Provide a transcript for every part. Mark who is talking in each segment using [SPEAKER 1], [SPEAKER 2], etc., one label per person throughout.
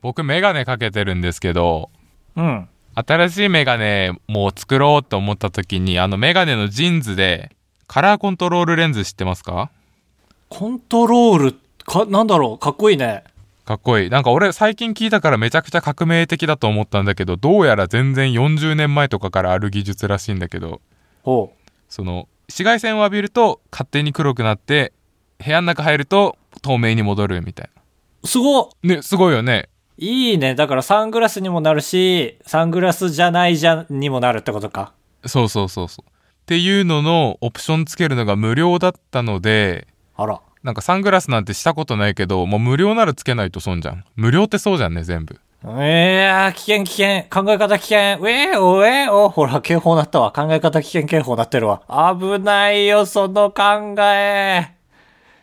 [SPEAKER 1] 僕メガネかけてるんですけど、
[SPEAKER 2] うん。
[SPEAKER 1] 新しいメガネも作ろうと思った時に、あのメガネのジンズで、カラーコントロールレンズ知ってますか
[SPEAKER 2] コントロール、か、なんだろう、かっこいいね。
[SPEAKER 1] かっこいい。なんか俺最近聞いたからめちゃくちゃ革命的だと思ったんだけど、どうやら全然40年前とかからある技術らしいんだけど、
[SPEAKER 2] ほ。
[SPEAKER 1] その紫外線を浴びると勝手に黒くなって、部屋の中入ると透明に戻るみたいう
[SPEAKER 2] すごっ
[SPEAKER 1] な。ね、すごいよね。
[SPEAKER 2] いいね。だからサングラスにもなるし、サングラスじゃないじゃんにもなるってことか。
[SPEAKER 1] そうそうそうそう。っていうののオプションつけるのが無料だったので、
[SPEAKER 2] あら。
[SPEAKER 1] なんかサングラスなんてしたことないけど、もう無料ならつけないと損じゃん。無料ってそうじゃんね、全部。
[SPEAKER 2] えー、危険危険。考え方危険。うえー、おえー、お。ほら、警報なったわ。考え方危険警報なってるわ。危ないよ、その考え。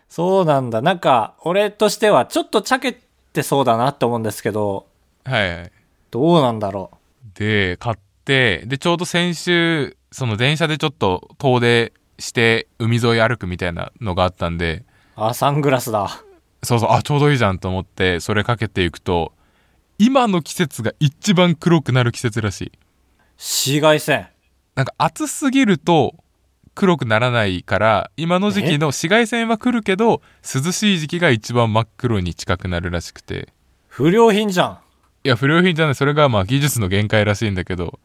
[SPEAKER 2] そうなんだ。なんか、俺としては、ちょっとちゃけてそうだなって思うんですけど、
[SPEAKER 1] はいはい。
[SPEAKER 2] どうなんだろ
[SPEAKER 1] で、買って、で、ちょうど先週、その電車でちょっと遠出して海沿い歩くみたいなのがあったんで、
[SPEAKER 2] う。あ、サングラスだ。
[SPEAKER 1] そうそう、あ、ちょうどいいじゃんと思って、それかけていくと、今の季節が一番黒くなる季節らしい。
[SPEAKER 2] 紫外線。
[SPEAKER 1] なんか暑すぎると黒くならないから、今の時期の紫外線は来るけど、涼しい時期が一番真っ黒に近くなるらしくて。
[SPEAKER 2] 不良品じゃん。
[SPEAKER 1] いや、不良品じゃない、それがまあ技術の限界らしいんだけど、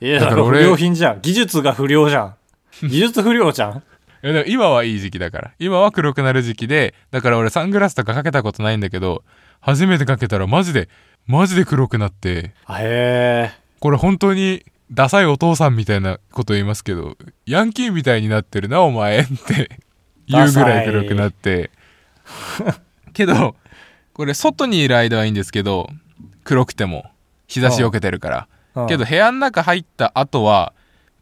[SPEAKER 2] いや、
[SPEAKER 1] だ
[SPEAKER 2] だ
[SPEAKER 1] か
[SPEAKER 2] からら
[SPEAKER 1] 俺
[SPEAKER 2] 不良品じゃん。技術が不良じゃん。技術不良じゃん。
[SPEAKER 1] いやでも今はいい時期だから。今は黒くなる時期で、だから俺サングラスとかかけたことないんだけど、初めてかけたらマジで、マジで黒くなって、
[SPEAKER 2] あへえ。
[SPEAKER 1] これ本当にダサいお父さんみたいなこと言いますけど、ヤンキーみたいになってるな、お前って言うぐらい黒くなって。けど、これ外にいる間はいいんですけど、黒くても、日差しを受けてるから。
[SPEAKER 2] うん
[SPEAKER 1] けど、部屋の中入った後は、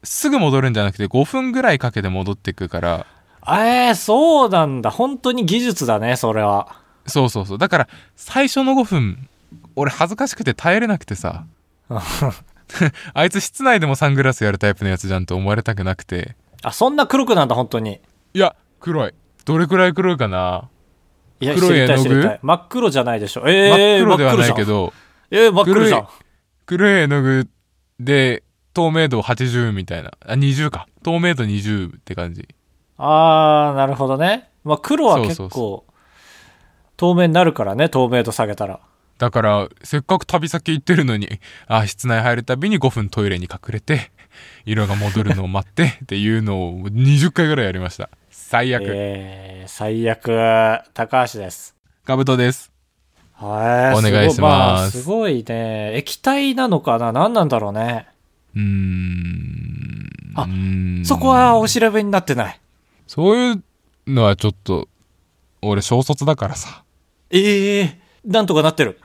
[SPEAKER 1] すぐ戻るんじゃなくて5分ぐらいかけて戻ってくから、
[SPEAKER 2] えー、そうなんだ。本当に技術だね、それは。
[SPEAKER 1] そうそうそう。だから、最初の5分、俺恥ずかしくて耐えれなくてさ。 あいつ室内でもサングラスやるタイプのやつじゃんと思われたくなくて。
[SPEAKER 2] あ、そんな黒くなんだ、本当に。
[SPEAKER 1] いや、黒い。どれくらい黒いかな、
[SPEAKER 2] いや、
[SPEAKER 1] 黒い絵の具
[SPEAKER 2] 知りたい知りたい真っ黒じゃないでしょ。ええー、
[SPEAKER 1] 真っ黒ではないけ
[SPEAKER 2] 真っ黒じゃん。
[SPEAKER 1] ど、
[SPEAKER 2] えー、真っ黒じゃん。
[SPEAKER 1] 黒い絵の具で透明度80みたいな。あ、20か。透明度20って感じ。
[SPEAKER 2] あー、なるほどね。まあ、黒は結構、
[SPEAKER 1] そうそう
[SPEAKER 2] 透明になるからね、透明度下げたら。
[SPEAKER 1] だから、せっかく旅先行ってるのに、あ、室内入るたびに5分トイレに隠れて、色が戻るのを待 ってっていうのを20回ぐらいやりました。最悪。
[SPEAKER 2] えー、最悪、高橋です。
[SPEAKER 1] ガブトです。
[SPEAKER 2] はい、
[SPEAKER 1] お願いします
[SPEAKER 2] ごあすごいね。液体なのかな何なんだろうね。
[SPEAKER 1] うーん。
[SPEAKER 2] あ
[SPEAKER 1] うーん
[SPEAKER 2] そこはお調べになってない。
[SPEAKER 1] そういうのはちょっと、俺小卒だからさ。
[SPEAKER 2] ええー、なんとかなってる。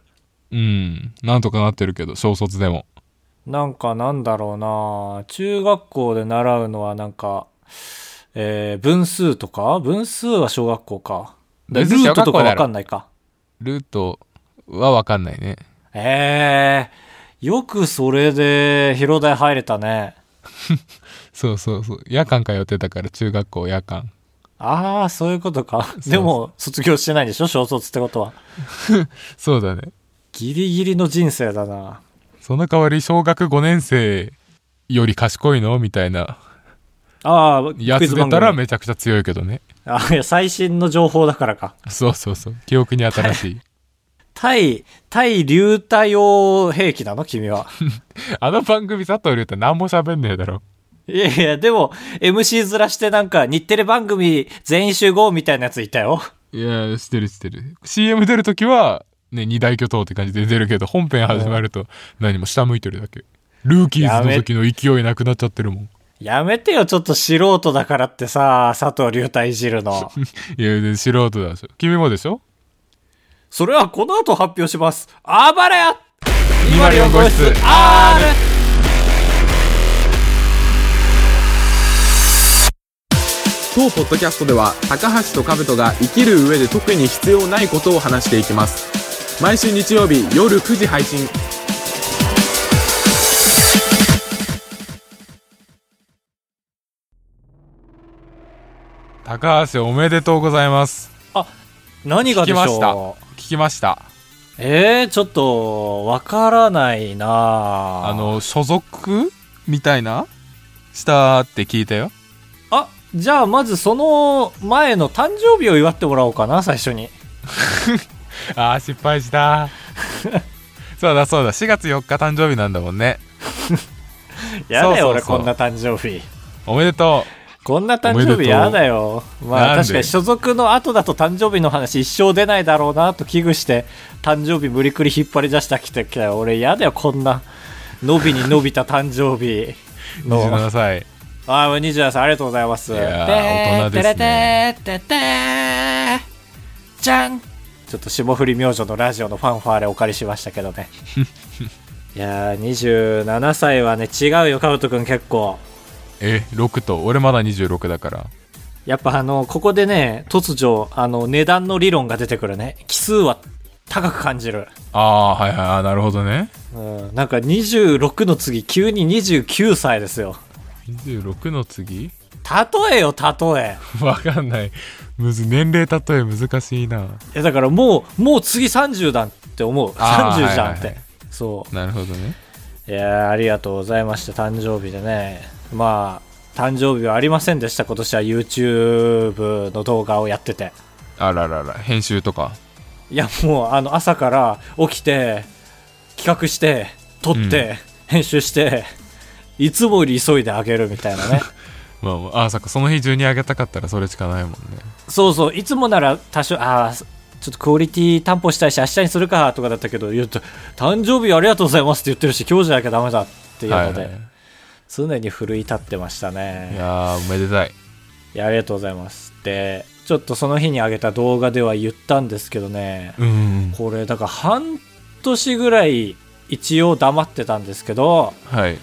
[SPEAKER 1] うん。なんとかなってるけど、小卒でも。
[SPEAKER 2] なんかなんだろうな中学校で習うのはなんか、えー、分数とか分数は小学校か。でル
[SPEAKER 1] 分数
[SPEAKER 2] ート
[SPEAKER 1] 小
[SPEAKER 2] とか
[SPEAKER 1] 学校だろ
[SPEAKER 2] わかんないか。
[SPEAKER 1] ルートはわかんないね。
[SPEAKER 2] ええー、よくそれで広大入れたね。
[SPEAKER 1] そうそうそう。夜間通ってたから、中学校夜間。
[SPEAKER 2] ああ、そういうことか。でも、卒業してないでしょ小卒ってことは。
[SPEAKER 1] そうだね。
[SPEAKER 2] ギリギリの人生だな。
[SPEAKER 1] その代わり、小学5年生より賢いのみたいな。
[SPEAKER 2] ああ、
[SPEAKER 1] や
[SPEAKER 2] クイ
[SPEAKER 1] つ
[SPEAKER 2] ズ
[SPEAKER 1] 出
[SPEAKER 2] 番
[SPEAKER 1] たら
[SPEAKER 2] 組。
[SPEAKER 1] めちゃくちゃ強いけどね。
[SPEAKER 2] あいや最新の情報だからか。
[SPEAKER 1] そうそうそう。記憶に新しい。
[SPEAKER 2] 対、対流体用兵器なの 君は。
[SPEAKER 1] あの番組、佐藤龍太何も喋んねえだろ。
[SPEAKER 2] いやいや、でも、MC ずらしてなんか、日テレ番組全員集合みたいなやついたよ。
[SPEAKER 1] いや、してるしてる。CM 出るときは、ね、二大巨頭って感じで出るけど、本編始まると何も下向いてるだけ。ルーキーズの時の勢いなくなっちゃってるもん。
[SPEAKER 2] やめてよ、ちょっと素人だからってさ、佐藤隆太いじ るの。
[SPEAKER 1] いや、で素人だでしょ。君もでしょ
[SPEAKER 2] それはこの後発表します。あばれや
[SPEAKER 1] !204 号室
[SPEAKER 2] R!
[SPEAKER 3] 当ポッドキャストでは高橋と兜が生きる上で特に必要ないことを話していきます毎週日曜日夜9時配信
[SPEAKER 1] 高橋おめでとうございます。
[SPEAKER 2] 何がで
[SPEAKER 1] 聞き
[SPEAKER 2] しょう
[SPEAKER 1] ました。聞きました。
[SPEAKER 2] えー、ちょっと、わからないなあ
[SPEAKER 1] あ、の所属みたいなしたって聞いたよ
[SPEAKER 2] あ、じゃあまずその前の誕生日を祝ってもらおうかな、最初に。
[SPEAKER 1] あー失敗した そうだそうだ4月4日誕生日なんだもんね
[SPEAKER 2] やだよ、
[SPEAKER 1] そうそうそう
[SPEAKER 2] 俺こんな誕生日。
[SPEAKER 1] おめでと
[SPEAKER 2] こんな誕
[SPEAKER 1] おめでと
[SPEAKER 2] 生
[SPEAKER 1] う
[SPEAKER 2] 日やだよ。ま
[SPEAKER 1] な
[SPEAKER 2] あ
[SPEAKER 1] んで
[SPEAKER 2] 確かに所属の後だと誕生日の話一生出ないだろうなと危惧して、誕生日無理くり引っ張り出したきてきた俺やだよ、こんな。伸びに伸びた誕生日
[SPEAKER 1] う
[SPEAKER 2] の。
[SPEAKER 1] 27歳
[SPEAKER 2] ああ、27歳、ありがとうございます。
[SPEAKER 1] いやー大人ですね
[SPEAKER 2] てれてーてれてーじゃんちょっと霜降り明星のラジオのファンファーレお借りしましたけ どね。いやー、27歳はね、違うよ、カウト君結構。
[SPEAKER 1] え6と俺まだ26だから
[SPEAKER 2] やっぱあの、ここでね、突如、あの、値段の理論が出てくるね。奇数は高く感じる。
[SPEAKER 1] ああーはいはいあーなるほどね
[SPEAKER 2] うん、なんか26の次、急に29歳ですよ。
[SPEAKER 1] 26の次
[SPEAKER 2] 例えよ、例え。
[SPEAKER 1] わかんないむず年齢例え難しいない
[SPEAKER 2] や、だからもう、もう次30だって思う。
[SPEAKER 1] あー
[SPEAKER 2] 30じゃんっ
[SPEAKER 1] はい
[SPEAKER 2] て。
[SPEAKER 1] はいはい
[SPEAKER 2] そ
[SPEAKER 1] なるほどね
[SPEAKER 2] う。いやーありがとうございました、誕生日でね。まあ、誕生日はありませんでした、今年は YouTube の動画をやってて。
[SPEAKER 1] あららら編集とか
[SPEAKER 2] いやもうあの朝から起きて企画して撮って、編集していつもより急いであげるみたいなね
[SPEAKER 1] まあまああーそっかその日中にあげたかったらそれしかないもんね
[SPEAKER 2] そうそういつもなら多少ああちょっとクオリティ担保したいし明日にするかとかだったけど言うと誕生日ありがとうございますって言ってるし今日じゃなきゃダメだっていうので、
[SPEAKER 1] はいはい
[SPEAKER 2] 常に奮い立ってましたね
[SPEAKER 1] いやーおめでたい
[SPEAKER 2] いやありがとうございますでちょっとその日にあげた動画では言ったんですけどね
[SPEAKER 1] うんうん
[SPEAKER 2] これだから半年ぐらい一応黙ってたんですけど
[SPEAKER 1] はい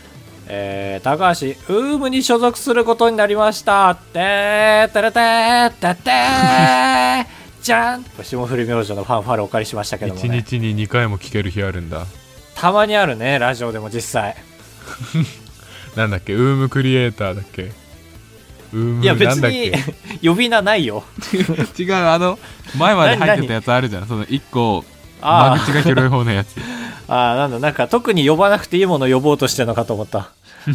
[SPEAKER 2] えー、高橋ウームに所属することになりましたてーてれてーてってー じゃんこれ霜降り明星のファンファルお借りしましたけども、
[SPEAKER 1] 一
[SPEAKER 2] ね、
[SPEAKER 1] 日に2回も聞ける日あるんだ
[SPEAKER 2] たまにあるねラジオでも実際
[SPEAKER 1] なんだっけウームクリエイターだっけウーム
[SPEAKER 2] いや
[SPEAKER 1] な
[SPEAKER 2] 別
[SPEAKER 1] んだっ
[SPEAKER 2] に
[SPEAKER 1] け
[SPEAKER 2] 呼び名ないよ
[SPEAKER 1] 違うあの前まで入ってたやつあるじゃんその1個
[SPEAKER 2] あ
[SPEAKER 1] 間口が広い方のやつ
[SPEAKER 2] ああなんだなんか特に呼ばなくていいものを呼ぼうとしてるのかと思った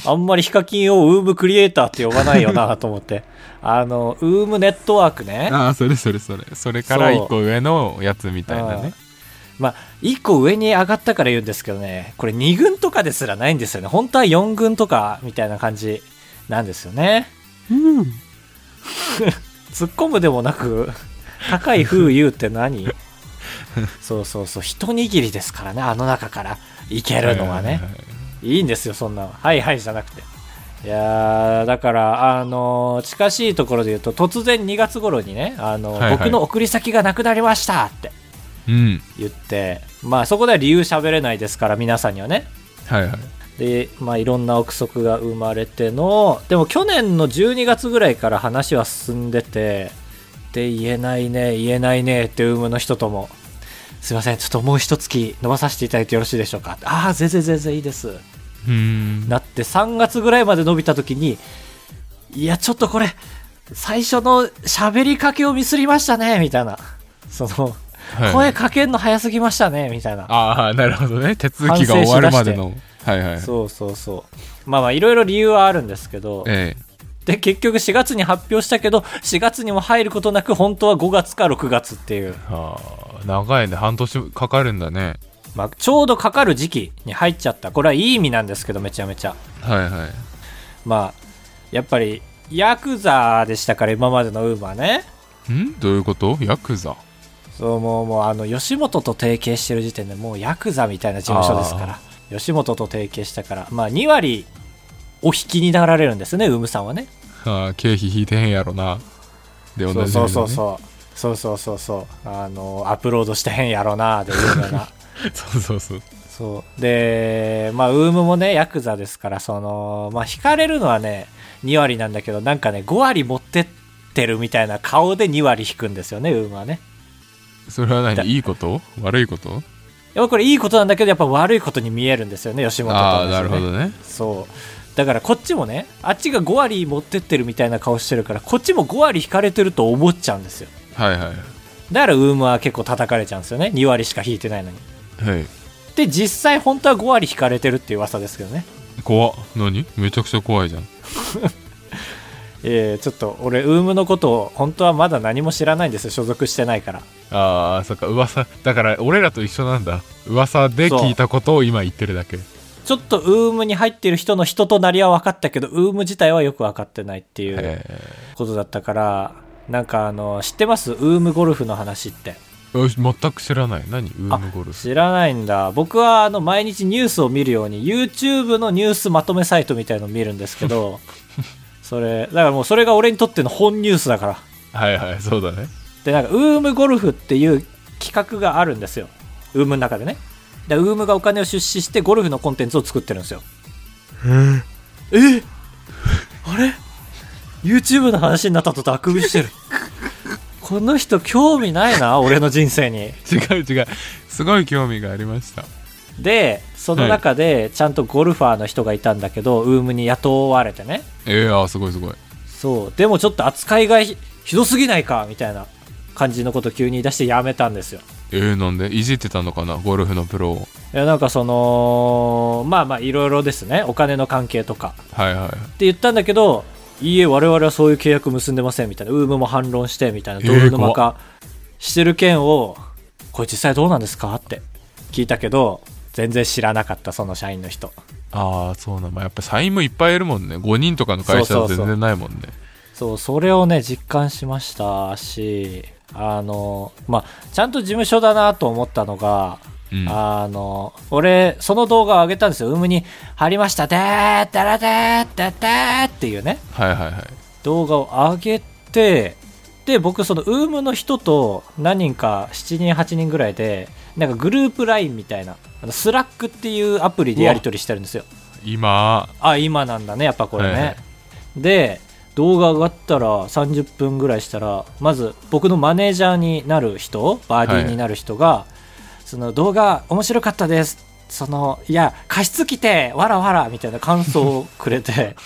[SPEAKER 2] あんまりヒカキンをウームクリエイターって呼ばないよなと思ってあのウームネットワークね
[SPEAKER 1] ああそれそれそれそれから
[SPEAKER 2] そう
[SPEAKER 1] 1個上のやつみたいなね
[SPEAKER 2] まあ、1個上に上がったから言うんですけどね、これ2軍とかですらないんですよね。本当は4軍とかみたいな感じなんですよね。突っ込むでもなく、 高い風優っ て何そうそうそう、一握りですからね、あの中からいけるのはね
[SPEAKER 1] はい。はいはい
[SPEAKER 2] いいんですよ、そんなの。はいはいじゃなくて。いやーだから、あのー近しいところで言うと、突然2月頃にね、あの
[SPEAKER 1] は
[SPEAKER 2] ー
[SPEAKER 1] いはい
[SPEAKER 2] 僕の送り先がなくなりましたって
[SPEAKER 1] うん
[SPEAKER 2] 言って、まあそこでは理由喋れないですから、皆さんにはね。
[SPEAKER 1] はいはい
[SPEAKER 2] で、まあいろんな憶測が生まれての、でも去年の12月ぐらいから話は進んでて、で、言えないね、言えないねってウームの人とも、すいません、ちょっともう一月伸ばさせていただいてよろしいでしょうか。ああ、全然全然いいです。
[SPEAKER 1] うーん
[SPEAKER 2] なって3月ぐらいまで伸びた時にいやちょっとこれ最初の喋りかけをミスりましたねみたいなその、
[SPEAKER 1] はい
[SPEAKER 2] 声かけんの早すぎましたねみたいな
[SPEAKER 1] ああなるほどね手続きが終わるまでのはいはい
[SPEAKER 2] そうそうそうまあまあいろいろ理由はあるんですけど
[SPEAKER 1] え
[SPEAKER 2] で結局4月に発表したけど4月にも入ることなく本当は5月か6月っていう、
[SPEAKER 1] えああ長いね半年かかるんだね
[SPEAKER 2] まあ、ちょうどかかる時期に入っちゃったこれはいい意味なんですけどめちゃめちゃ
[SPEAKER 1] はいはい
[SPEAKER 2] まあやっぱりヤクザでしたから今までのウーバーね
[SPEAKER 1] んどういうことヤクザ
[SPEAKER 2] そうもうもうあの吉本と提携してる時点でもうヤクザみたいな事務所ですから吉本と提携したからまあ2割お引きになられるんですねウムさんはね
[SPEAKER 1] ああ経費引いてへんやろなで同じ
[SPEAKER 2] そうそうそう
[SPEAKER 1] う
[SPEAKER 2] そうそうそうそうそうあのアップロードしてへんやろなで有名な
[SPEAKER 1] そうそうそう
[SPEAKER 2] そうでまあウームもねヤクザですからそのまあ引かれるのはね2割なんだけどなんかね5割持ってってるみたいな顔で2割引くんですよねウームはね
[SPEAKER 1] それは
[SPEAKER 2] だ
[SPEAKER 1] 何いいこと悪いこと
[SPEAKER 2] やっぱこれいいことなんだけどやっぱ悪いことに見えるんですよね吉本と
[SPEAKER 1] あ
[SPEAKER 2] 同
[SPEAKER 1] あ
[SPEAKER 2] じで
[SPEAKER 1] なるほどね
[SPEAKER 2] そうだからこっちもねあっちが5割持ってってるみたいな顔してるからこっちも5割引かれてると思っちゃうんですよ
[SPEAKER 1] はいはい
[SPEAKER 2] だからウームは結構叩かれちゃうんですよね2割しか引いてないのに
[SPEAKER 1] はい
[SPEAKER 2] で実際本当は5割引かれてるっていう噂ですけどね
[SPEAKER 1] 怖っ何めちゃくちゃ怖いじゃん
[SPEAKER 2] えー、ちょっと俺ウームのことを本当はまだ何も知らないんですよ所属してないから
[SPEAKER 1] あーそっか噂だから俺らと一緒なんだ噂で
[SPEAKER 2] そう
[SPEAKER 1] 聞いたことを今言ってるだけ
[SPEAKER 2] ちょっとウームに入ってる人の人となりは分かったけどウーム自体はよく分かってないっていう
[SPEAKER 1] え
[SPEAKER 2] ことだったからなんかあの知ってますウームゴルフの話って
[SPEAKER 1] ーよし全く知らない何ウー
[SPEAKER 2] あ
[SPEAKER 1] ムゴルフ
[SPEAKER 2] 知らないんだ僕はあの毎日ニュースを見るように YouTube のニュースまとめサイトみたいのを見るんですけどそれだからもうそれが俺にとっての本ニュースだから
[SPEAKER 1] はいはいそうだね
[SPEAKER 2] でなんかウームゴルフっていう企画があるんですよウームの中でねでウームがお金を出資してゴルフのコンテンツを作ってるんですよえあれ YouTube の話になったとあくびしてるこの人興味ないな俺の人生に
[SPEAKER 1] 違う違うすごい興味がありました
[SPEAKER 2] でその中でちゃんとゴルファーの人がいたんだけど、ウームに雇われてね
[SPEAKER 1] えー、あーすごいすごい
[SPEAKER 2] そうでもちょっと扱いがひひどすぎないかみたいな感じのこと急に言い出してやめたんですよ
[SPEAKER 1] えー、なんでいじってたのかなゴルフのプロを
[SPEAKER 2] いやなんかそのまあまあいろいろですねお金の関係とかっ
[SPEAKER 1] はいはい
[SPEAKER 2] て言ったんだけどいいえ我々はそういう契約結んでませんみたいなウームも反論してみたいな
[SPEAKER 1] えー
[SPEAKER 2] ドル沼化してる件を、これ実際どうなんですかって聞いたけど全然知らなかったその社員の人
[SPEAKER 1] ああそうなんまあやっぱ社員もいっぱいいるもんね5人とかの会社は全然ないもんね
[SPEAKER 2] そうそれをね実感しましたしあのまあちゃんと事務所だなと思ったのが
[SPEAKER 1] うん
[SPEAKER 2] あの、俺、その動画を上げたんですよ。ウームに、貼りました、でー、だらでー、だでーっていうね、
[SPEAKER 1] はいはいはい
[SPEAKER 2] 動画を上げて、で、僕、その、ウームの人と何人か、7人、8人ぐらいで、なんかグループ LINE みたいな、あのスラックっていうアプリでやり取りしてるんですよ。
[SPEAKER 1] 今
[SPEAKER 2] あ、今なんだね、やっぱこれね。
[SPEAKER 1] はいはい
[SPEAKER 2] で、動画上がったら、30分ぐらいしたら、まず、僕のマネージャーになる人、バーディーになる人が、その動画面白かったです。その、いや、加湿器て、わらわら、みたいな感想をく れて、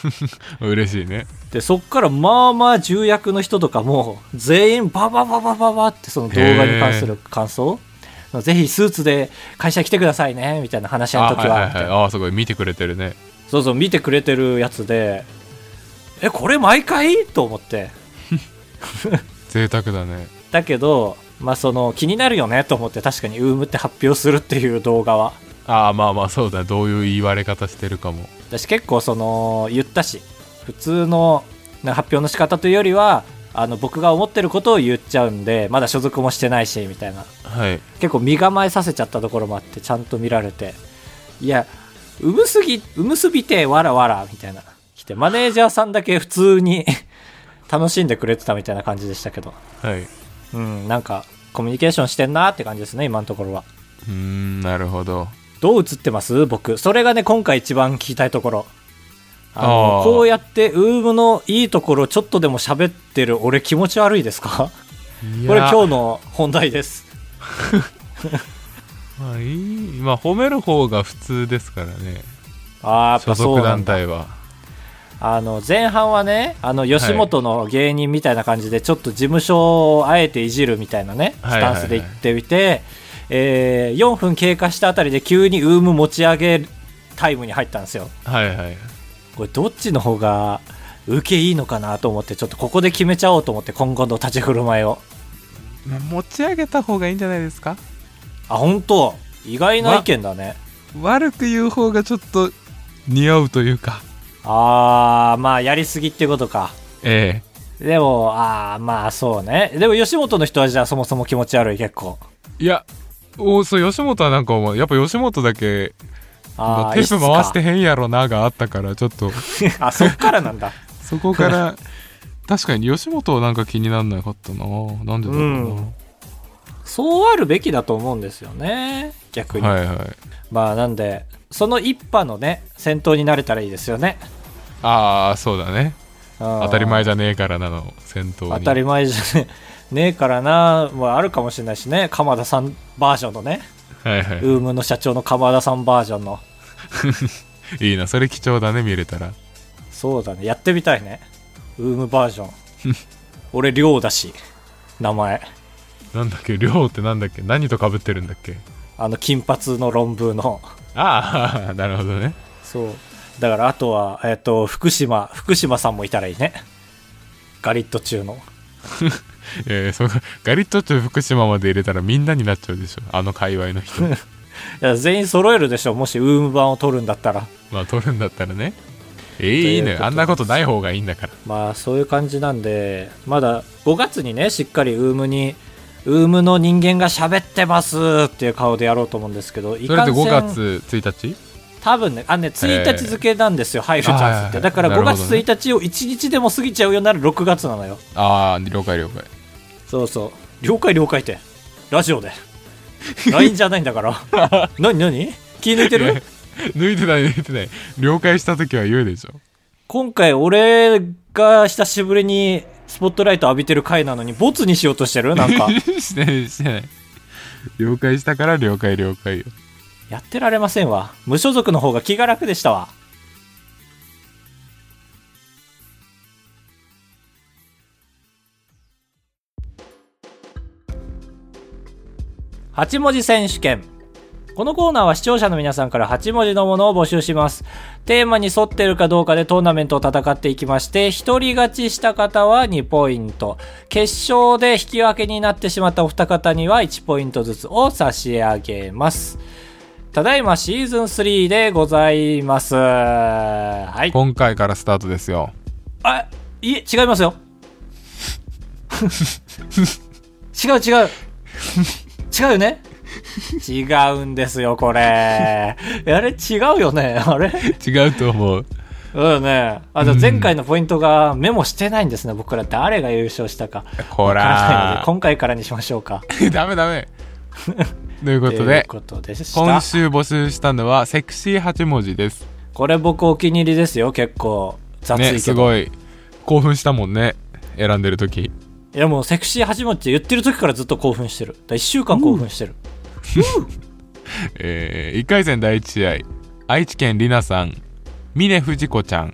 [SPEAKER 1] 嬉しいね
[SPEAKER 2] で、そっからまあまあ重役の人とかも、全員ババババババってその動画に関する感想ぜひスーツで会社来てくださいね、みたいな話し合いの
[SPEAKER 1] あ
[SPEAKER 2] 時は、
[SPEAKER 1] はい
[SPEAKER 2] み
[SPEAKER 1] は
[SPEAKER 2] た
[SPEAKER 1] い
[SPEAKER 2] い
[SPEAKER 1] はい
[SPEAKER 2] な
[SPEAKER 1] あーすごい見てくれてるね
[SPEAKER 2] そうそう、見てくれてるやつで、え、これ毎回と思って。
[SPEAKER 1] 贅沢だね
[SPEAKER 2] だけど、まあその、気になるよねと思って、確かにウームって発表するっていう動画は。
[SPEAKER 1] ああまあまあそうだどういう言われ方してるかも
[SPEAKER 2] 私結構その、言ったし、普通のな発表の仕方というよりは、あの、僕が思ってることを言っちゃうんで、まだ所属もしてないし、みたいな。
[SPEAKER 1] はい
[SPEAKER 2] 結構身構えさせちゃったところもあって、ちゃんと見られて。いや、うむすぎ、うむすびて、わらわら、みたいな。来て、マネージャーさんだけ普通に 楽しんでくれてたみたいな感じでしたけど。
[SPEAKER 1] はいう
[SPEAKER 2] うん、なんか、コミュニケーションしてんなって感じですね、今のところは。
[SPEAKER 1] ーんなるほど
[SPEAKER 2] どう映ってます僕。それがね、今回一番聞きたいところ。あの
[SPEAKER 1] あー
[SPEAKER 2] こうやって、ウームのいいところちょっとでも喋ってる俺気持ち悪いですかこれ今日
[SPEAKER 1] 日
[SPEAKER 2] の本題です。
[SPEAKER 1] まあいいまあ褒める方が普通ですからね
[SPEAKER 2] あーやっ
[SPEAKER 1] 所
[SPEAKER 2] ぱそ
[SPEAKER 1] 属
[SPEAKER 2] うなん
[SPEAKER 1] 団
[SPEAKER 2] だ。
[SPEAKER 1] 体は
[SPEAKER 2] あの、前半はね、あの、吉本の芸人みたいな感じで、ちょっと事務所をあえていじるみたいなね、
[SPEAKER 1] はい
[SPEAKER 2] ス
[SPEAKER 1] はい
[SPEAKER 2] タ
[SPEAKER 1] はい
[SPEAKER 2] ンスで行ってみて、えー4分経過したあたりで急にウーム持ち上げタイムに入ったんですよ。
[SPEAKER 1] はいはい
[SPEAKER 2] これどっちの方が受けいいのかなと思ってちょっとここで決めちゃおうと思って今後の立ち振る舞いを
[SPEAKER 1] 持ち上げた方がいいんじゃないですか
[SPEAKER 2] あ本当意外な意見だね
[SPEAKER 1] 悪く言う方がちょっと似合うというか
[SPEAKER 2] あーまあやりすぎってことか
[SPEAKER 1] え
[SPEAKER 2] でもあーまあそうねでも吉本の人はじゃあそもそも気持ち悪い結構
[SPEAKER 1] えいやおそう吉本はなんか思うやっぱ吉本だけ
[SPEAKER 2] あー
[SPEAKER 1] テープ回して
[SPEAKER 2] 異
[SPEAKER 1] へんやろながあったからちょっと
[SPEAKER 2] 質か あそっからなんだ
[SPEAKER 1] そこから確かに吉本はなんか気にならなかったななんでだろうな、
[SPEAKER 2] そうあるべきだと思うんですよね逆に、
[SPEAKER 1] はいはい
[SPEAKER 2] まあなんでその一派のね先頭になれたらいいですよね
[SPEAKER 1] ああそうだね
[SPEAKER 2] 当
[SPEAKER 1] 当たり前じゃねえからなの戦闘に
[SPEAKER 2] 当たり前じゃね ねえからな、まあ、あるかもしれないしね鎌田さんバージョンのね、
[SPEAKER 1] はいは
[SPEAKER 2] ウームの社長の鎌田さんバージョンの
[SPEAKER 1] いいいなそれ貴重だね見れたら
[SPEAKER 2] そうだねやってみたいねウームバー ジョン俺亮だし名前
[SPEAKER 1] なんだっけ寮ってなんだっけ何とかぶってるんだっけ
[SPEAKER 2] あの金髪の論文の
[SPEAKER 1] ああ なるほどね
[SPEAKER 2] そうだからあとはえっ、と福島福島さんもいたらいいねガリット中の
[SPEAKER 1] えー、そのガリットチョ福島まで入れたらみんなになっちゃうでしょあの界隈の 人
[SPEAKER 2] いや全員揃えるでしょもしウーム版を取るんだったら
[SPEAKER 1] まあ取るんだったらねえー、いい
[SPEAKER 2] とい
[SPEAKER 1] ね
[SPEAKER 2] うことで
[SPEAKER 1] あんなことない方がいいんだから
[SPEAKER 2] まあそういう感じなんでまだ5月にねしっかりウームにウームの人間が喋ってますっていう顔でやろうと思うんですけどい
[SPEAKER 1] それ
[SPEAKER 2] か
[SPEAKER 1] って
[SPEAKER 2] んせん
[SPEAKER 1] 5月1日
[SPEAKER 2] 多分ねあね1日付なんですよ、入るチャンスっ
[SPEAKER 1] あ
[SPEAKER 2] て
[SPEAKER 1] ー
[SPEAKER 2] だから
[SPEAKER 1] なる
[SPEAKER 2] 5
[SPEAKER 1] ほど
[SPEAKER 2] 月
[SPEAKER 1] ね
[SPEAKER 2] 1日を1日でも過ぎちゃうようになら6月なのよ
[SPEAKER 1] ああ了解了解
[SPEAKER 2] そうそう了解了解ってラジオで LINE じゃないんだから 何何気抜いてる
[SPEAKER 1] 抜いてない抜いてない了解した時は言うでしょ
[SPEAKER 2] 今回俺が久しぶりにスポットライト浴びてる回なのにボツにしようとしてるなん か
[SPEAKER 1] してないしてない了解したから了解了解よ
[SPEAKER 2] やってられませんわ無所属の方が気が楽でしたわ8文字選手権このコーナーは視聴者の皆さんから8文字のものを募集しますテーマに沿ってるかどうかでトーナメントを戦っていきまして一人勝ちした方は2ポイント決勝で引き分けになってしまったお二方には1ポイントずつを差し上げますただいまシーズン3でございますはい
[SPEAKER 1] 今回からスタートですよ
[SPEAKER 2] あいえ違いますよ 違う違う違うよね違うんですよこれあれ違うよねあれ
[SPEAKER 1] 違うと思う
[SPEAKER 2] そうだよねあじゃあ前回のポイントがメモしてないんですね僕ら誰が優勝したか
[SPEAKER 1] ほ
[SPEAKER 2] わからないの
[SPEAKER 1] ら
[SPEAKER 2] で今回からにしましょうか
[SPEAKER 1] ダメダメということと
[SPEAKER 2] いう
[SPEAKER 1] で
[SPEAKER 2] ことでした
[SPEAKER 1] 今週募集したのはセクシー8文字です
[SPEAKER 2] これ僕お気に入りですよ結構雑いけど、
[SPEAKER 1] ねすごい興奮したもんね選んでる時
[SPEAKER 2] いやもうセクシー8文字って言ってる時からずっと興奮してるだ1週間興奮してる、
[SPEAKER 1] え1回戦第1試合愛知県りなさん峰藤子ちゃん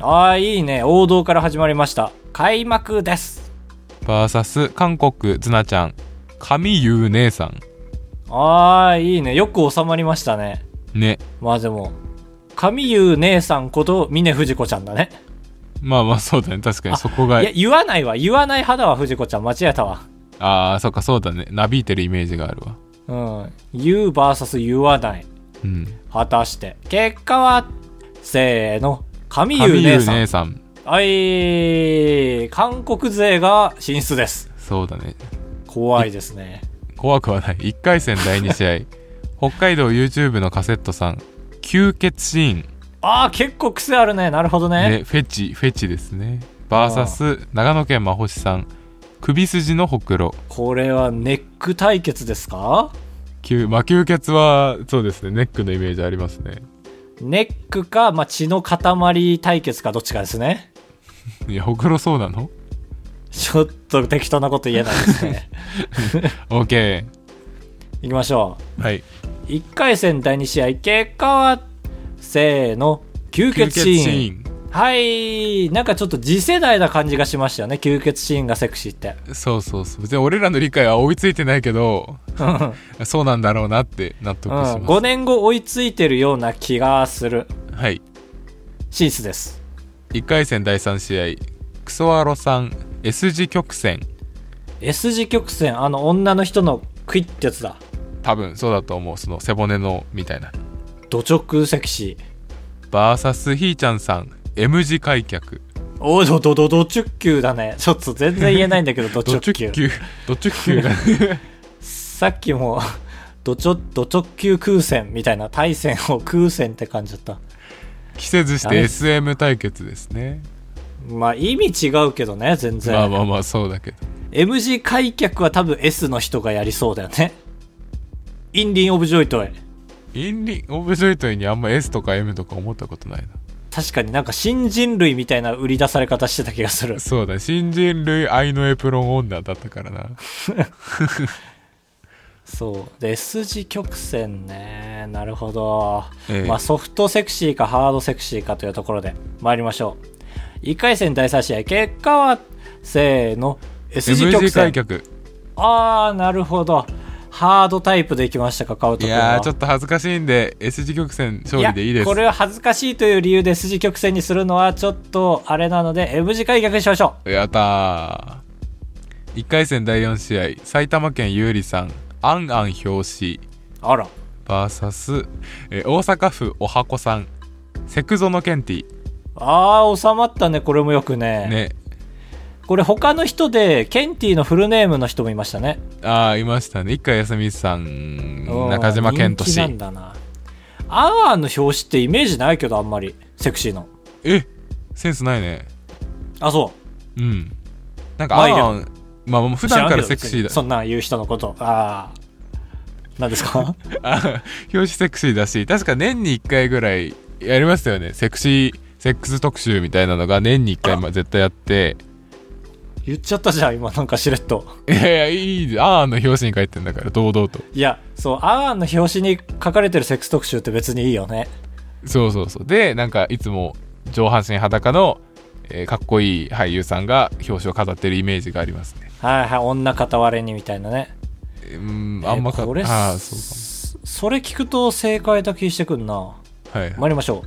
[SPEAKER 2] ああいいね王道から始まりました開幕です
[SPEAKER 1] VS 韓国ズナちゃん神優姉さん
[SPEAKER 2] ああいいねよく収まりましたね
[SPEAKER 1] ね
[SPEAKER 2] まあでも神優姉さんこと峰不二子ちゃんだね
[SPEAKER 1] まあまあそうだね確かにそこが
[SPEAKER 2] いや言わないわ言わない肌は不二子ちゃん間違えたわ
[SPEAKER 1] ああそっかそうだねなびいてるイメージがあるわ
[SPEAKER 2] うん言う VS 言わない
[SPEAKER 1] うん
[SPEAKER 2] 果たして結果はせーの神優
[SPEAKER 1] 神
[SPEAKER 2] 姉
[SPEAKER 1] 優
[SPEAKER 2] さん
[SPEAKER 1] 姉さん
[SPEAKER 2] はい韓国勢が進出です
[SPEAKER 1] そうだね
[SPEAKER 2] 怖いですね
[SPEAKER 1] 怖くはない1回戦第2試 合北海道 YouTube のカセットさん吸血シーン
[SPEAKER 2] ああ結構癖あるねなるほどね
[SPEAKER 1] ねフェチフェチですね VS 長野県真星さん首筋のほくろ
[SPEAKER 2] これはネック対決ですか
[SPEAKER 1] 吸まあ吸血はそうですねネックのイメージありますね
[SPEAKER 2] ネックか、まあ、血の塊対決かどっちかですね
[SPEAKER 1] いやほくろそうなの
[SPEAKER 2] ちょっと適当なこと言えないです ね
[SPEAKER 1] OK
[SPEAKER 2] いきましょ
[SPEAKER 1] はい、
[SPEAKER 2] う1回戦第2試合結果はせーの吸血シーンはいなんかちょっと次世代な感じがしましたよね吸血シーンがセクシーって
[SPEAKER 1] ーンそうそうそう別に俺らの理解は追いついてないけ ど
[SPEAKER 2] うん
[SPEAKER 1] そうなんだろうなって納得します、
[SPEAKER 2] 5年後追いついてるような気がする
[SPEAKER 1] はい
[SPEAKER 2] シースです
[SPEAKER 1] 1回戦第3試合クソワロさん S 字曲線
[SPEAKER 2] S 字曲線あの女の人のクイッってやつだ
[SPEAKER 1] 多分そうだと思うその背骨のみたいな
[SPEAKER 2] ド直セクシー
[SPEAKER 1] VS ひーちゃんさん M 字開脚
[SPEAKER 2] おーどどどど直球だねちょっと全然言えないんだけ どど
[SPEAKER 1] ド
[SPEAKER 2] 直
[SPEAKER 1] 直
[SPEAKER 2] 球
[SPEAKER 1] 球ド直球が
[SPEAKER 2] さっきも どちょど直球空戦みたいな対戦を空戦って感じだった
[SPEAKER 1] 着せずし
[SPEAKER 2] ダメ
[SPEAKER 1] て SM 対決ですね
[SPEAKER 2] まあ意味違うけどね全然、
[SPEAKER 1] まあまあまあそうだけど
[SPEAKER 2] M 字開脚は多分 S の人がやりそうだよねインリン・オブ・ジョイトイ
[SPEAKER 1] インリンオブジョイトイにあんま S とか M とか思ったことないな
[SPEAKER 2] 確かになんか新人類みたいな売り出され方してた気がする
[SPEAKER 1] そうだ新人類愛のエプロン女だったからな
[SPEAKER 2] そうで S 字曲線ねなるほど、
[SPEAKER 1] ええ
[SPEAKER 2] まあ、ソフトセクシーかハードセクシーかというところで参りましょう1回戦第3試合結果はせーの S 字
[SPEAKER 1] M
[SPEAKER 2] 曲
[SPEAKER 1] 字開
[SPEAKER 2] 線
[SPEAKER 1] 脚
[SPEAKER 2] ああなるほどハードタイプでいきましたか、カウト
[SPEAKER 1] い
[SPEAKER 2] 君は。
[SPEAKER 1] やーちょっと恥ずかしいんで S 字曲線勝利でいいです
[SPEAKER 2] やこれは恥ずかしいという理由で筋曲線にするのはちょっとあれなので M 字開逆にしましょ
[SPEAKER 1] やったー1回戦第4試合埼玉県優里さんアンアン表紙
[SPEAKER 2] うあら
[SPEAKER 1] VS えー大阪府おはこさんセクゾノケンティ
[SPEAKER 2] あー収まったねこれもよくね
[SPEAKER 1] ね
[SPEAKER 2] これ他の人でケンティのフルネームの人もいましたね
[SPEAKER 1] ああいましたね一回休みさん中島健人
[SPEAKER 2] 人気なん
[SPEAKER 1] 氏
[SPEAKER 2] だなアンアンの表紙ってイメージないけどあんまりセクシーの
[SPEAKER 1] えセンスないね
[SPEAKER 2] あそう
[SPEAKER 1] うんなんか
[SPEAKER 2] まあ
[SPEAKER 1] ア
[SPEAKER 2] いい
[SPEAKER 1] ン
[SPEAKER 2] や
[SPEAKER 1] アンまあもう普段からセクシーだ
[SPEAKER 2] そんなん言う人のことああ何ですか
[SPEAKER 1] あー表紙セクシーだし確か年に1回ぐらいやりましたよねセクシーセックス特集みたいなのが年に1回ま絶対やって
[SPEAKER 2] 言っちゃったじゃん今なんかしれっと
[SPEAKER 1] いやいやいいあーの表紙に書いてんだから堂々と
[SPEAKER 2] いやそうアンアンの表紙に書かれてるセックス特集って別にいいよね
[SPEAKER 1] そうそうそうでなんかいつも上半身裸の、えーかっこいい俳優さんが表紙を飾ってるイメージがありますね
[SPEAKER 2] はいはい女片割れにみたいなね
[SPEAKER 1] えーうんあんまか
[SPEAKER 2] えこれ
[SPEAKER 1] ああそう
[SPEAKER 2] それ聞くと正解だけしてくんな
[SPEAKER 1] かもはい、
[SPEAKER 2] 参りましょ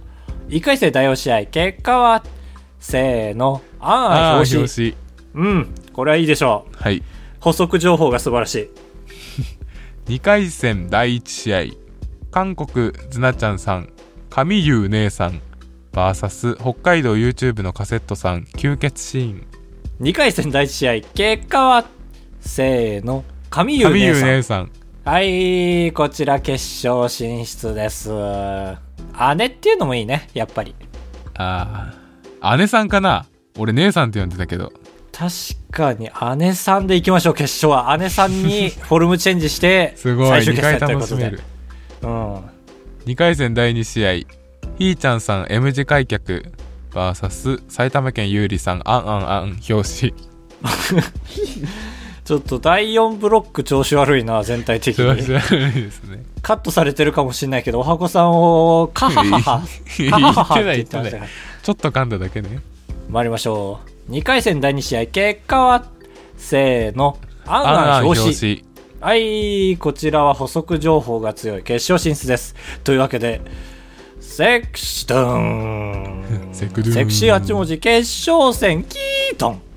[SPEAKER 2] う1回戦第4試合結果はせーのあ
[SPEAKER 1] あ
[SPEAKER 2] あ
[SPEAKER 1] あー
[SPEAKER 2] 表紙
[SPEAKER 1] 表紙
[SPEAKER 2] うんこれはいいでしょう
[SPEAKER 1] はい
[SPEAKER 2] 補足情報が素晴らしい
[SPEAKER 1] 2回戦第1試合韓国ズナちゃんさん神優姉さん VS 北海道 YouTube のカセットさん吸血シーン
[SPEAKER 2] 2回戦第1試合結果はせーの神優
[SPEAKER 1] 神
[SPEAKER 2] 姉
[SPEAKER 1] 優
[SPEAKER 2] さん
[SPEAKER 1] 姉さん
[SPEAKER 2] はいこちら決勝進出です姉っていうのもいいねやっぱり
[SPEAKER 1] ああ姉さんかな俺姉さんって呼んでたけど
[SPEAKER 2] 確かに姉さんでいきましょう決勝は姉さん にフォルムチェンジして
[SPEAKER 1] すごい
[SPEAKER 2] 最終
[SPEAKER 1] 2
[SPEAKER 2] 決
[SPEAKER 1] 回
[SPEAKER 2] 戦というこ
[SPEAKER 1] 楽し
[SPEAKER 2] と
[SPEAKER 1] め
[SPEAKER 2] で
[SPEAKER 1] る
[SPEAKER 2] うん
[SPEAKER 1] 2回戦第2試合ひーちゃんさん M 字開脚 VS 埼玉県優里さんあんあんあん表紙
[SPEAKER 2] ちょっと第4ブロック調子悪いな、全体的
[SPEAKER 1] すごい
[SPEAKER 2] に。
[SPEAKER 1] ですね
[SPEAKER 2] カットされてるかもしれないけど、おはこさんを、カハハハ。
[SPEAKER 1] 言
[SPEAKER 2] カハハ
[SPEAKER 1] っ
[SPEAKER 2] ハ
[SPEAKER 1] てない言
[SPEAKER 2] 言
[SPEAKER 1] っ
[SPEAKER 2] ってて
[SPEAKER 1] な
[SPEAKER 2] まし
[SPEAKER 1] い
[SPEAKER 2] たから
[SPEAKER 1] ちょっと噛んだだけね
[SPEAKER 2] 参りましょう。2回戦第2試合、結果は、せーの、アンアン表紙。
[SPEAKER 1] 紙
[SPEAKER 2] はい、こちらは補足情報が強い決勝進出です。というわけで、セクシドーン。
[SPEAKER 1] セクドゥーン
[SPEAKER 2] セクシー8文字決勝戦、キートン。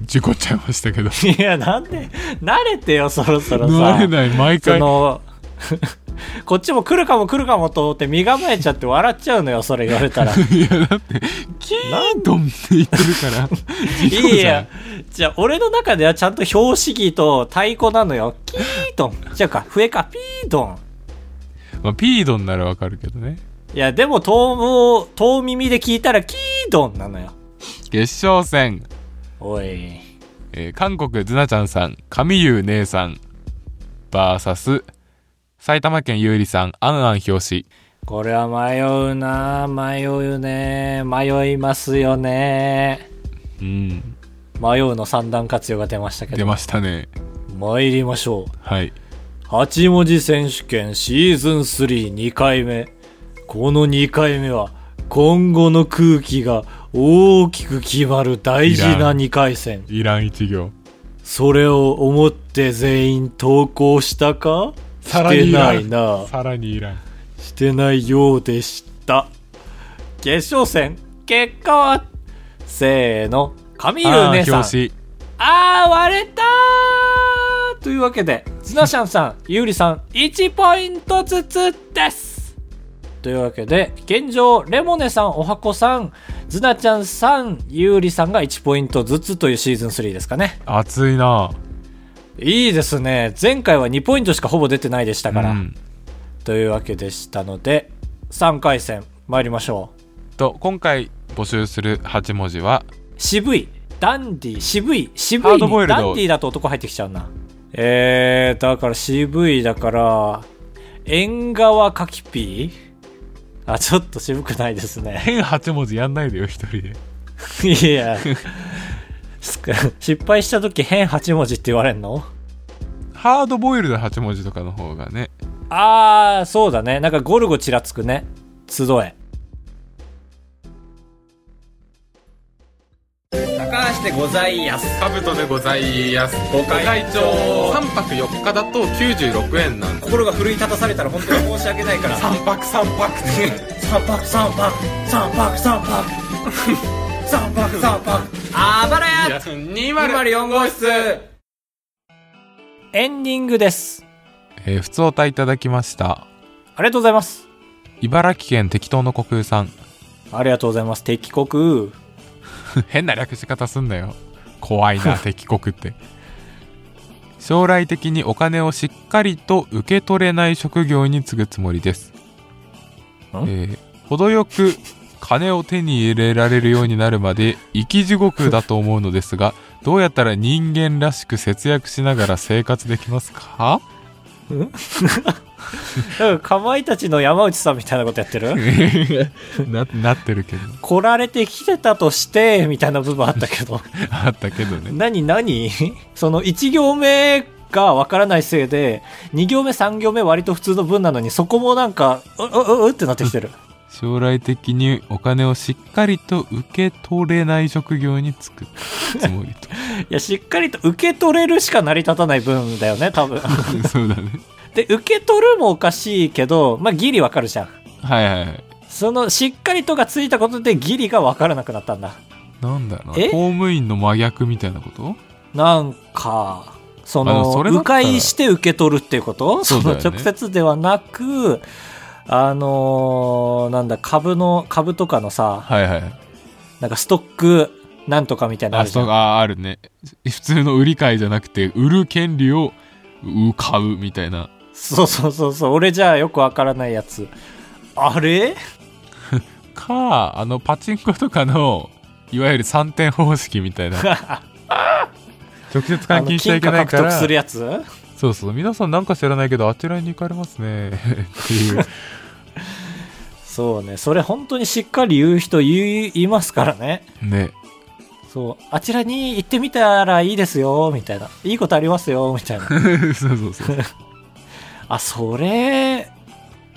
[SPEAKER 1] 事故っちゃいましたけど
[SPEAKER 2] いや、なんで、慣れてよ、そろそろさ。
[SPEAKER 1] 慣れない毎
[SPEAKER 2] そ
[SPEAKER 1] 回
[SPEAKER 2] の こっちも来るかも来るかもと思って身構えちゃって笑っちゃうのよそれ言わ れたらい
[SPEAKER 1] いやだってキートンって言ってるから事故
[SPEAKER 2] い
[SPEAKER 1] じゃん
[SPEAKER 2] やじゃあ俺の中ではちゃんと拍子木と太鼓なのよキートンじゃあか笛かピートン
[SPEAKER 1] まあ、ピードンならわかるけどね
[SPEAKER 2] いやでも遠遠耳で聞いたらキートンなのよ
[SPEAKER 1] 決勝戦、
[SPEAKER 2] おい
[SPEAKER 1] えー韓国ズナちゃんさん神優姉さん VS 埼玉県優里さんアンアン表紙
[SPEAKER 2] これは迷うな迷うね迷いますよね
[SPEAKER 1] うん
[SPEAKER 2] 迷うの三段活用が出ましたけ
[SPEAKER 1] 出
[SPEAKER 2] ど
[SPEAKER 1] ましたね
[SPEAKER 2] 参りましょう
[SPEAKER 1] はい
[SPEAKER 2] 8文字選手権シーズン32回目この2回目は今後の空気が大きく決まる大事な2回戦
[SPEAKER 1] イラン一行
[SPEAKER 2] それを思って全員投稿したかしてないな
[SPEAKER 1] さらにイラン
[SPEAKER 2] してないようでした決勝戦結果はせーの神優
[SPEAKER 1] アンアン
[SPEAKER 2] 姉
[SPEAKER 1] 表
[SPEAKER 2] さん
[SPEAKER 1] 紙
[SPEAKER 2] あー割れたーというわけでズナシャンさん ユーリさん1ポイントずつですというわけで現状レモネさんおはこさんズナちゃんさんユーリさんが1ポイントずつというシーズン3ですかね
[SPEAKER 1] 熱いない
[SPEAKER 2] いですね前回は2ポイントしかほぼ出てないでしたから、
[SPEAKER 1] うん
[SPEAKER 2] というわけでしたので3回戦参りましょう
[SPEAKER 1] と今回募集する8文字は
[SPEAKER 2] 渋いダンディ渋い渋
[SPEAKER 1] ハー
[SPEAKER 2] い
[SPEAKER 1] ドボイ
[SPEAKER 2] に
[SPEAKER 1] ルド
[SPEAKER 2] ダンディだと男入ってきちゃうなえー、だから渋いだから縁側かきピーあちょっと渋くないですね
[SPEAKER 1] 変8文字やんないでよ一人で
[SPEAKER 2] いやす失敗した時変8文字って言われんの
[SPEAKER 1] ハードボイルド8文字とかの方がね
[SPEAKER 2] あーそうだねなんかゴルゴちらつくね集え
[SPEAKER 3] 高橋でございやす。カブトでございやす。ご会長。3泊4日価だと96円なんで
[SPEAKER 2] 心が奮い立たされたら本当に申し訳ないから
[SPEAKER 3] 3泊3泊って
[SPEAKER 2] 三泊三泊三泊三泊三泊三泊あばら
[SPEAKER 3] いや
[SPEAKER 2] や
[SPEAKER 3] 204号室
[SPEAKER 2] エンディングです
[SPEAKER 1] えー、普通おたいただきました
[SPEAKER 2] ありがとうございます
[SPEAKER 1] 茨城県適当の虚空さん
[SPEAKER 2] ありがとうございます敵国
[SPEAKER 1] 変な略し方すんなよ怖いな敵国って 将来的にお金をしっかりと受け取れない職業に就ぐつもりです、えー程よく金を手に入れられるようになるまで生き地獄だと思うのですがどうやったら人間らしく節約しながら生活できますか
[SPEAKER 2] なんかかまいたちの山内さんみたいなことやってる
[SPEAKER 1] ななってるけど
[SPEAKER 2] 来られてきてたとしてみたいな部分あったけ ど
[SPEAKER 1] あったけどね
[SPEAKER 2] 何何その1行目がわからないせいで2行目3行目割と普通の文なのにそこもなんかううううってなってきてる
[SPEAKER 1] 将来的にお金をしっかりと受け取れない職業に就くつもり
[SPEAKER 2] いやしっかりと受け取れるしか成り立たない文だよね 多分
[SPEAKER 1] とそうだね
[SPEAKER 2] で受け取るもおかしいけどまあギリわかるじゃん
[SPEAKER 1] はいはいはい
[SPEAKER 2] そのしっかりとがついたことでギリがわからなくなったんだ
[SPEAKER 1] なんだろうな公
[SPEAKER 2] え
[SPEAKER 1] 務員の真逆みたいなこと
[SPEAKER 2] なんか、そ
[SPEAKER 1] まあで
[SPEAKER 2] の、
[SPEAKER 1] もそれだ
[SPEAKER 2] 迂
[SPEAKER 1] ったら
[SPEAKER 2] 回して受け取るっていうこと
[SPEAKER 1] そうだよね
[SPEAKER 2] の直接ではなく、あのーなんだ、株の、株とかのさ、
[SPEAKER 1] はいはい
[SPEAKER 2] なんかストックなんとかみたいなのあ
[SPEAKER 1] あ
[SPEAKER 2] るじゃ。
[SPEAKER 1] そうんああるね普通の売り買いじゃなくて売る権利をう買うみたいな
[SPEAKER 2] そうそうそうそう、俺じゃあよくわからないやつ。あれ
[SPEAKER 1] かあのパチンコとかのいわゆる3点方式みたいな 直接
[SPEAKER 2] あ
[SPEAKER 1] 換
[SPEAKER 2] の
[SPEAKER 1] 金しちゃいけ
[SPEAKER 2] 金貨
[SPEAKER 1] ない
[SPEAKER 2] 獲
[SPEAKER 1] から
[SPEAKER 2] 得するやつ
[SPEAKER 1] そうそう皆さんなんか知らないけどあちらに行かれますねって いう
[SPEAKER 2] そうね、それ本当にしっかり言う人言いますからね。
[SPEAKER 1] ね
[SPEAKER 2] そう、あちらに行ってみたらいいですよ、みたいな。いいことありますよ、みたいな。
[SPEAKER 1] そうそうそう。
[SPEAKER 2] あ、それ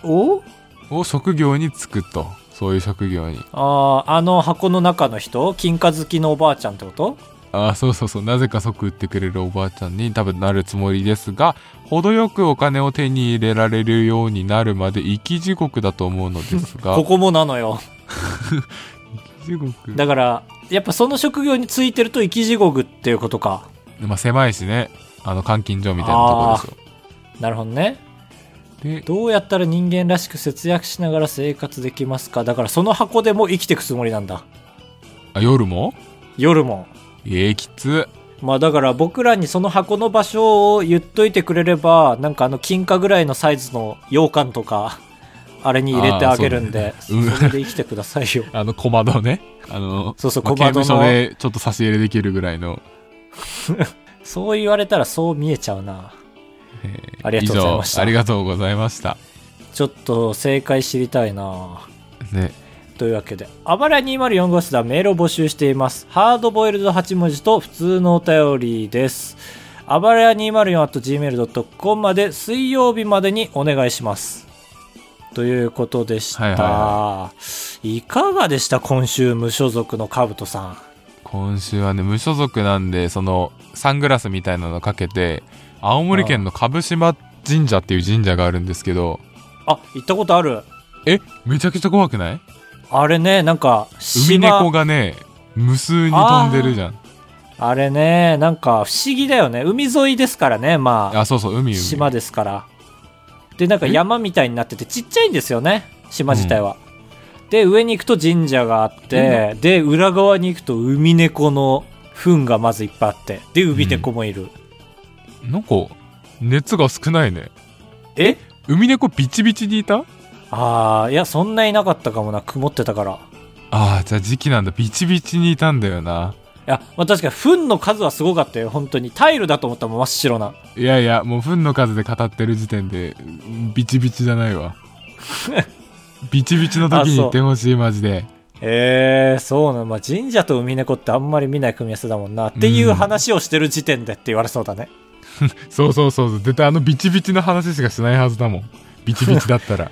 [SPEAKER 2] を
[SPEAKER 1] を職業に就くと。そういう職業に。
[SPEAKER 2] あーあの箱の中の人金貨好きのおばあちゃんってこと
[SPEAKER 1] ああ、そうそうそう。なぜか即売ってくれるおばあちゃんに多分なるつもりですが、程よくお金を手に入れられるようになるまで生き地獄だと思うのですが。
[SPEAKER 2] ここもなのよ
[SPEAKER 1] 生き地獄
[SPEAKER 2] だからやっぱその職業についてると生き地獄っていうことか
[SPEAKER 1] まあ狭いしね。あの監禁所みたいなところ
[SPEAKER 2] なるほどね
[SPEAKER 1] でしょ。で、
[SPEAKER 2] どうやったら人間らしく節約しながら生活できますかだからその箱でも生きていくつもりなんだ
[SPEAKER 1] あ夜も
[SPEAKER 2] 夜も
[SPEAKER 1] ええきつ。
[SPEAKER 2] まあだから僕らにその箱の場所を言っといてくれればなんかあの金貨ぐらいのサイズの羊羹と かあれに入れてあげるんで
[SPEAKER 1] あー
[SPEAKER 2] そ,、
[SPEAKER 1] そうねうん
[SPEAKER 2] れで生きてくださいよ
[SPEAKER 1] あの、小窓ね。あの、
[SPEAKER 2] そうそう
[SPEAKER 1] まあ
[SPEAKER 2] 小窓
[SPEAKER 1] 刑務
[SPEAKER 2] の
[SPEAKER 1] 所でちょっと差し入れできるぐらいの。
[SPEAKER 2] そう言われたらそう見えちゃうな
[SPEAKER 1] えー
[SPEAKER 2] ありがとうございまし
[SPEAKER 1] 以上
[SPEAKER 2] た
[SPEAKER 1] ありがとうございました。
[SPEAKER 2] ちょっと正解知りたいな
[SPEAKER 1] ね。
[SPEAKER 2] というわけで、あばら204号室ではメールを募集しています。ハードボイルド8文字と普通のお便りです。あばらや 204.gmail.com まで水曜日までにお願いします。ということでした。
[SPEAKER 1] はい
[SPEAKER 2] い
[SPEAKER 1] はい
[SPEAKER 2] かがでした今週無所属のカブトさん。
[SPEAKER 1] 今週はね無所属なんでそのサングラスみたいなのかけて青森県の蕪島神社っていう神社があるんですけど
[SPEAKER 2] あ、行ったことある。
[SPEAKER 1] えめちゃくちゃ怖くない
[SPEAKER 2] あれね、なんか、
[SPEAKER 1] 海
[SPEAKER 2] 島
[SPEAKER 1] 猫がね無数に飛んでるじゃん
[SPEAKER 2] あれね、なんか不思議だよね。海沿いですからね、まあ
[SPEAKER 1] あ。そうそう海海
[SPEAKER 2] 島ですからでなんか
[SPEAKER 1] え
[SPEAKER 2] 山みたいになっててちっちゃいんですよね島自体は、で上に行くと神社があってで裏側に行くと海猫の糞がまずいっぱいあってで海猫もいる、
[SPEAKER 1] なんか熱が少ないね
[SPEAKER 2] え
[SPEAKER 1] 海猫ビチビチにいた
[SPEAKER 2] ああいやそんないなかったかもな曇ってたからい
[SPEAKER 1] あーじゃあ時期なんだビチビチにいたんだよな
[SPEAKER 2] や、まあ、確かに糞の数はすごかったよ本当にタイルだと思ったもん真っ白ない
[SPEAKER 1] やいやもう糞の数で語ってる時点でうんビチビチじゃない わビチビチの時に行ってほしいマジで
[SPEAKER 2] えー、そうなの、まあ、神社と海猫ってあんまり見ない組み合わせだもんなっていう話をしてる時点でって言われそうだね、
[SPEAKER 1] そうそうそうそう絶対あのビチビチの話しかしないはずだもんビチビチだった ら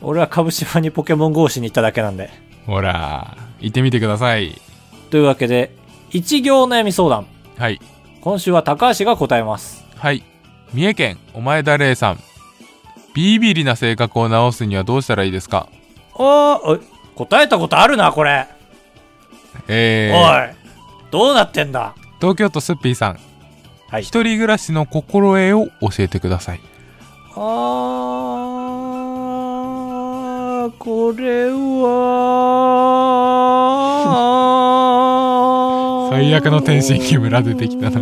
[SPEAKER 2] 俺は株島にポケモン GO しに行っただけなんで
[SPEAKER 1] ほら行ってみてください
[SPEAKER 2] というわけで一行お悩み相談
[SPEAKER 1] はい
[SPEAKER 2] 今週は高橋が答えます
[SPEAKER 1] はい三重県お前だれさんビビリな性格を直すにはどうしたらいいですか
[SPEAKER 2] あーえ答えたことあるなこれ、
[SPEAKER 1] えー、
[SPEAKER 2] おいどうなってんだ
[SPEAKER 1] 東京都すっぴーさん
[SPEAKER 2] はい
[SPEAKER 1] 一人暮らしの心得を教えてください
[SPEAKER 2] あーこれは
[SPEAKER 1] 最悪の天津木村出てきたな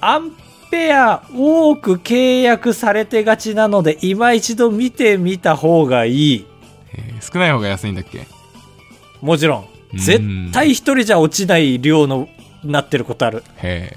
[SPEAKER 2] アンペア多く契約されてがちなので今一度見てみた方がいい
[SPEAKER 1] えー少ない方が安いんだっけ
[SPEAKER 2] もちろん
[SPEAKER 1] うん
[SPEAKER 2] 絶対一人じゃ落ちない量のなってることある
[SPEAKER 1] へ